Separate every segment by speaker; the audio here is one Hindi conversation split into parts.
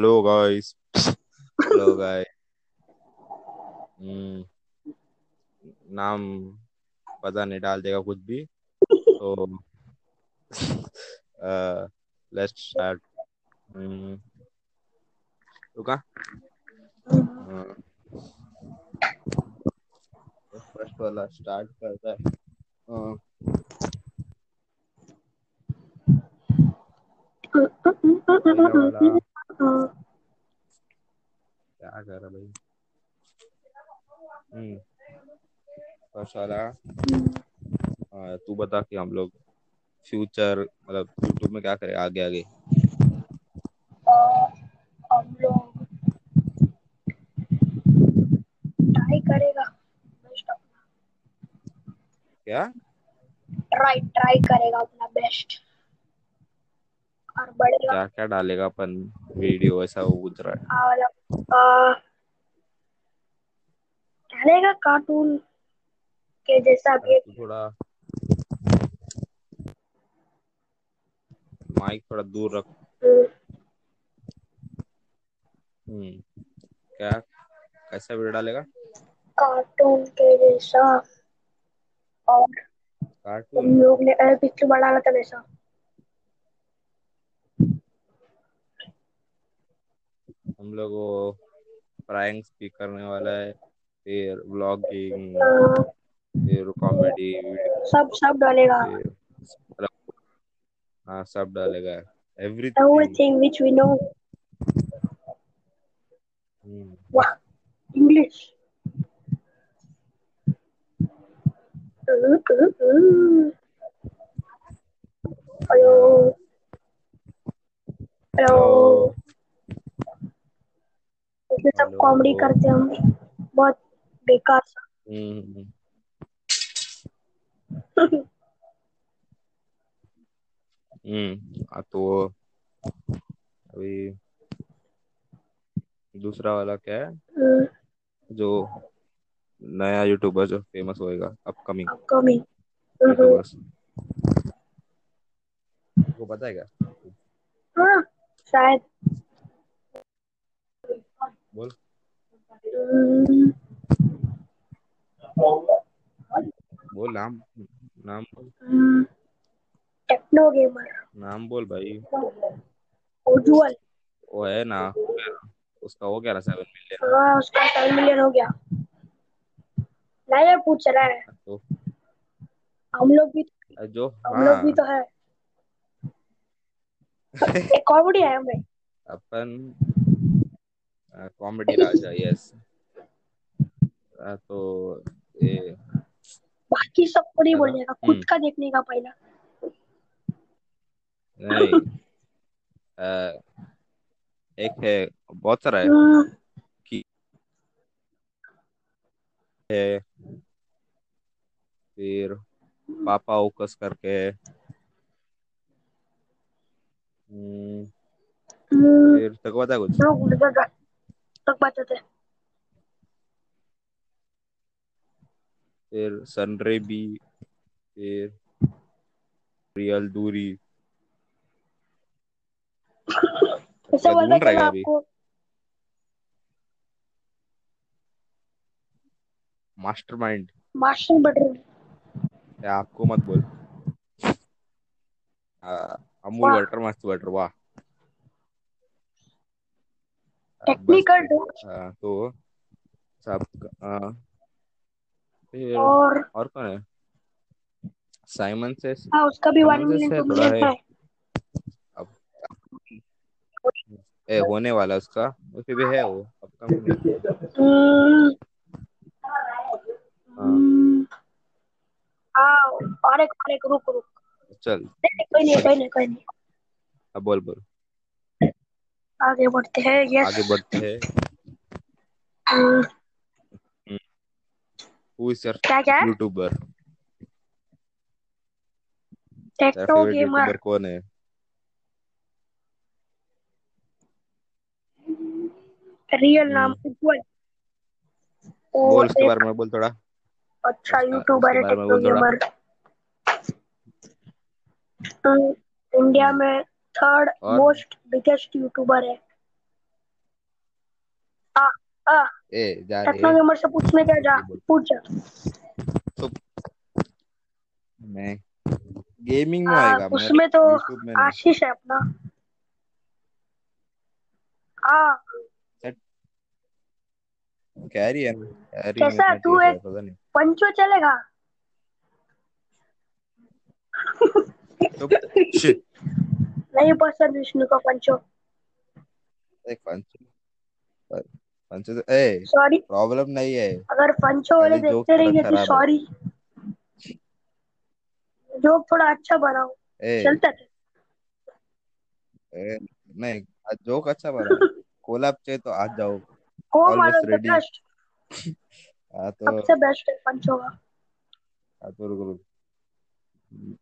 Speaker 1: Hello guys. Hello guys. हम्म, नाम पता नहीं डाल देगा कुछ भी तो लेट्स स्टार्ट Hmm. रुका हाँ। फर्स्ट तो वाला स्टार्ट करता है हाँ, अ, पहला वाला क्या कर रहा भाई हम्म फर्स्ट वाला हम्म। हाँ, तू बता कि हम लोग फ्यूचर मतलब यूट्यूब में क्या करें आगे आगे
Speaker 2: और हम लोग ट्राई करेगा बेस्ट
Speaker 1: क्या
Speaker 2: ट्राई ट्राई करेगा अपना बेस्ट और बढ़ेगा
Speaker 1: क्या क्या डालेगा अपन वीडियो ऐसा वो पूछ रहा है
Speaker 2: और अ, डालेगा कार्टून के जैसा भी
Speaker 1: यार,
Speaker 2: एक
Speaker 1: तू थोड़ा माइक थोड़ा दूर रख हम्म क्या कैसा वीडियो डालेगा
Speaker 2: कार्टून के जैसा और
Speaker 1: कार्टून
Speaker 2: हम लोग ने अरे पिक्चर डाला था वैसा
Speaker 1: हम लोग वो प्रैंक्स भी करने वाला है फिर व्लॉगिंग
Speaker 2: अ,
Speaker 1: फिर कॉमेडी वीडियो
Speaker 2: सब सब डालेगा
Speaker 1: फिर मतलब हाँ सब डालेगा everything
Speaker 2: everything which we know
Speaker 1: hmm
Speaker 2: वाह इंग्लिश
Speaker 1: हाँ
Speaker 2: हेलो हेलो
Speaker 1: हेलो
Speaker 2: इसमें सब
Speaker 1: हेलो
Speaker 2: कॉमेडी करते हैं हम बहुत बेकार सा
Speaker 1: हम्म हम्म हाँ, तो अभी दूसरा वाला क्या है
Speaker 2: हम्म,
Speaker 1: जो नया यूट्यूबर जो फेमस होएगा अपकमिंग
Speaker 2: अपकमिंग हम्म,
Speaker 1: यूट्यूबर्स वो पता है क्या
Speaker 2: हाँ शायद
Speaker 1: बोल
Speaker 2: हम्म,
Speaker 1: बोल नाम नाम बोल
Speaker 2: हम्म, टेक्नो गेमर
Speaker 1: नाम बोल भाई
Speaker 2: उज्जवल
Speaker 1: वो है ना हो गया ना उसका हो गया ना सेवन मिलियन
Speaker 2: हाँ उसका सेवन मिलियन हो गया नया पूछ रहा है
Speaker 1: तो
Speaker 2: हम लोग भी
Speaker 1: जो
Speaker 2: हम लोग भी
Speaker 1: हाँ
Speaker 2: तो है एक कॉमेडी है हमें
Speaker 1: अपन कॉमेडी राजा यस तो ये
Speaker 2: बाकी सबको नहीं
Speaker 1: है ना
Speaker 2: बोलने का खुद
Speaker 1: हम्म
Speaker 2: का देखने का पहला
Speaker 1: नहीं आ, एक है बहुत सारा है
Speaker 2: हम्म,
Speaker 1: की है फिर पापा ओकस करके है हम्म,
Speaker 2: हम्म,
Speaker 1: फिर तक पता है कुछ
Speaker 2: लोग उधर जा- तक बचाते हैं
Speaker 1: फिर सनरे बी फिर रियल दूरी
Speaker 2: इसे
Speaker 1: क्या
Speaker 2: बोलता
Speaker 1: ढूंढ रहा है क्या
Speaker 2: चलो
Speaker 1: अभी
Speaker 2: आपको
Speaker 1: मास्टरमाइंड
Speaker 2: मास्टर
Speaker 1: हाँ,
Speaker 2: बटर
Speaker 1: या आपको मत बोल आ, अमूल
Speaker 2: वाह
Speaker 1: बटर मस्त बटर वाह आ, बस
Speaker 2: टेक्निकल
Speaker 1: ठीक आ, तो सब आ, फिर
Speaker 2: और
Speaker 1: और कौन है साइमन सेस
Speaker 2: हाँ उसका भी वन
Speaker 1: साइमन सेस
Speaker 2: मिलियन
Speaker 1: है
Speaker 2: टू
Speaker 1: थोड़ा
Speaker 2: मिलियन
Speaker 1: है
Speaker 2: है
Speaker 1: अब ए, होने वाला है उसका उसके भी है वो अपकमिंग है
Speaker 2: हम्म,
Speaker 1: हाँ
Speaker 2: हम्म, हाँ और एक और एक रुक रुक
Speaker 1: चल
Speaker 2: नहीं नहीं, कोई नहीं कोई नहीं कोई नहीं
Speaker 1: अब बोल बोल
Speaker 2: आगे बढ़ते हैं यस
Speaker 1: आगे बढ़ते हैं हु इज योर
Speaker 2: क्या क्या
Speaker 1: फेवरेट यूट्यूबर तेरा
Speaker 2: टेक्नो
Speaker 1: फेवरेट
Speaker 2: गेमर
Speaker 1: यूट्यूबर कौन है
Speaker 2: रियल नाम
Speaker 1: हम्म
Speaker 2: उज्जवल वो
Speaker 1: बोल उसके बारे
Speaker 2: एक
Speaker 1: में बोल थोड़ा
Speaker 2: अच्छा
Speaker 1: उसका उसके
Speaker 2: यूट्यूबर है
Speaker 1: बारे में
Speaker 2: टेक्नो
Speaker 1: बोल थोड़ा
Speaker 2: गेमर इंडिया
Speaker 1: हम्म
Speaker 2: में थर्ड
Speaker 1: और
Speaker 2: मोस्ट बिगेस्ट यूट्यूबर है
Speaker 1: ए जा रे
Speaker 2: रत्ना के उम्र से पूछने जा जा पूछ जा
Speaker 1: मैं गेमिंग में
Speaker 2: आ,
Speaker 1: आएगा मैं
Speaker 2: उसमें तो
Speaker 1: YouTube में नहीं
Speaker 2: आशीष है अपना हाँ
Speaker 1: कैरी है कैरी
Speaker 2: कैसा
Speaker 1: में
Speaker 2: है? तू
Speaker 1: कैसा है,
Speaker 2: एक-
Speaker 1: पता नहीं
Speaker 2: पंचो चलेगा
Speaker 1: तो शिट
Speaker 2: नहीं पसंद विष्णु को पंचो
Speaker 1: एक पंच पंच तो ए
Speaker 2: सॉरी
Speaker 1: प्रॉब्लम नहीं है
Speaker 2: अगर पंचो वाले
Speaker 1: पहले joke थोड़ा
Speaker 2: देखते रहेंगे तो
Speaker 1: खराब है।
Speaker 2: सॉरी जोक थोड़ा अच्छा बनाओ
Speaker 1: ए,
Speaker 2: चलता है
Speaker 1: ए नहीं जोक अच्छा बना कोलाब चाहिए तो आज जाओ
Speaker 2: हो
Speaker 1: Almost
Speaker 2: मालूम द
Speaker 1: ready.
Speaker 2: बेस्ट
Speaker 1: हाँ तो
Speaker 2: सबसे बेस्ट है पंचो का
Speaker 1: हाँ तो रुक रुक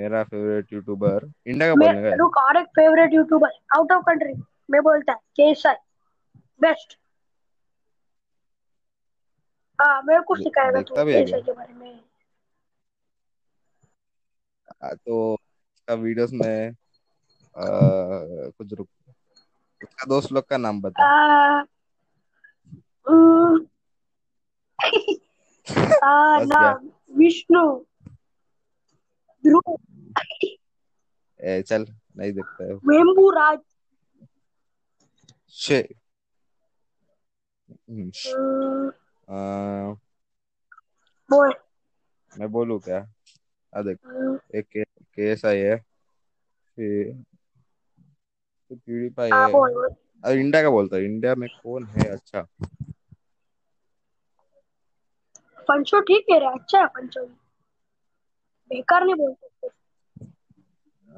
Speaker 1: मेरा फेवरेट यूट्यूबर इंडिया का बोलने का
Speaker 2: मैं
Speaker 1: है।
Speaker 2: रुक और एक favourite YouTuber out of country मैं बोलता है कैसा है बेस्ट हाँ मेरे को
Speaker 1: दे-
Speaker 2: सिखाएगा तू
Speaker 1: देखता भी है
Speaker 2: कैसा के बारे में
Speaker 1: हाँ, तो उसका वीडियोस में आ, कुछ रुक उसका दोस्त लोग का नाम बता
Speaker 2: आ, उम, आ,
Speaker 1: बस गया।
Speaker 2: नाम विष्णु ध्रुव
Speaker 1: ए, चल नहीं देखता है
Speaker 2: मेम्बू राज
Speaker 1: शे हम्म, श-
Speaker 2: उम,
Speaker 1: आ,
Speaker 2: बोल
Speaker 1: मैं बोलूँ क्या हाँ देख
Speaker 2: उम,
Speaker 1: एक के, केस आई है फिर तो PewDiePie
Speaker 2: हाँ
Speaker 1: है
Speaker 2: बोल बोल।
Speaker 1: अब इंडिया का बोलता है इंडिया में कौन है अच्छा
Speaker 2: पंचो ठीक है रे अच्छा है पंचो बेकार नहीं बोल सकते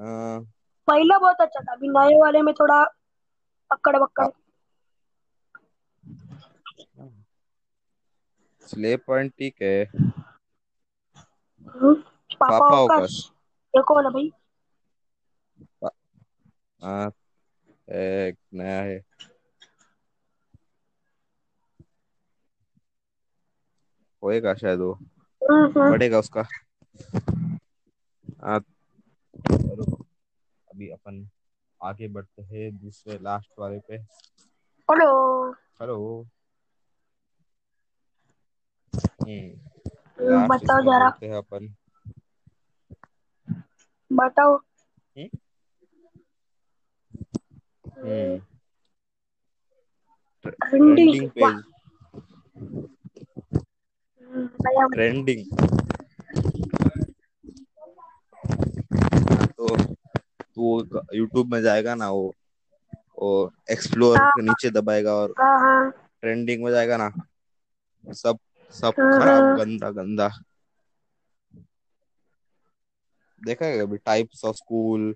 Speaker 1: आ,
Speaker 2: पहला बहुत अच्छा था अभी नए वाले में थोड़ा अक्कड़ बक्कड़
Speaker 1: स्ले पॉइंट ठीक है
Speaker 2: हम्म, पापा
Speaker 1: पापा
Speaker 2: अवकाश ये कौन है भाई
Speaker 1: हाँ एक नया है होएगा शायद वो
Speaker 2: हम्म, हम्म,
Speaker 1: बढ़ेगा उसका हाँ रुको, अभी अपन आगे बढ़ते हैं दूसरे लास्ट वाले पे
Speaker 2: हेलो
Speaker 1: हेलो हम्म
Speaker 2: हम्म,
Speaker 1: लास्ट
Speaker 2: बताओ
Speaker 1: इसको
Speaker 2: जरा।
Speaker 1: बोलते हैं अपन
Speaker 2: बताओ
Speaker 1: हम्म ट्रेंडिंग
Speaker 2: ट्रेंडिंग
Speaker 1: पेज
Speaker 2: नया वाला।
Speaker 1: ट्रेंडिंग तो वो यूट्यूब में जाएगा ना वो और एक्सप्लोर के नीचे दबाएगा और
Speaker 2: हाँ हाँ
Speaker 1: ट्रेंडिंग में जाएगा ना सब सब
Speaker 2: हाँ,
Speaker 1: खराब
Speaker 2: हाँ।
Speaker 1: गंदा गंदा देखा है कभी types of school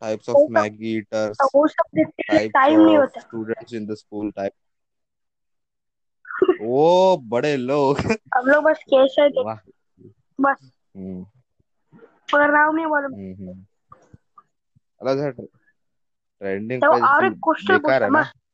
Speaker 1: types of
Speaker 2: वो सब-
Speaker 1: मैगी
Speaker 2: तो
Speaker 1: ईटर्स
Speaker 2: वो सब देखने के लिए टाइम नहीं
Speaker 1: टाइप्स
Speaker 2: होता
Speaker 1: of students in the school type वो बड़े लोग
Speaker 2: हम लोग बस तो कैसे है देख-
Speaker 1: वाह
Speaker 2: बस
Speaker 1: हम्म
Speaker 2: मगर नाम नहीं मालूम
Speaker 1: हम्म हम्म। अलग है ट्रेंडिंग
Speaker 2: तो
Speaker 1: पे
Speaker 2: और एक
Speaker 1: तो
Speaker 2: क्वेश्चन
Speaker 1: बेकार है
Speaker 2: पूछता
Speaker 1: ना
Speaker 2: मस्त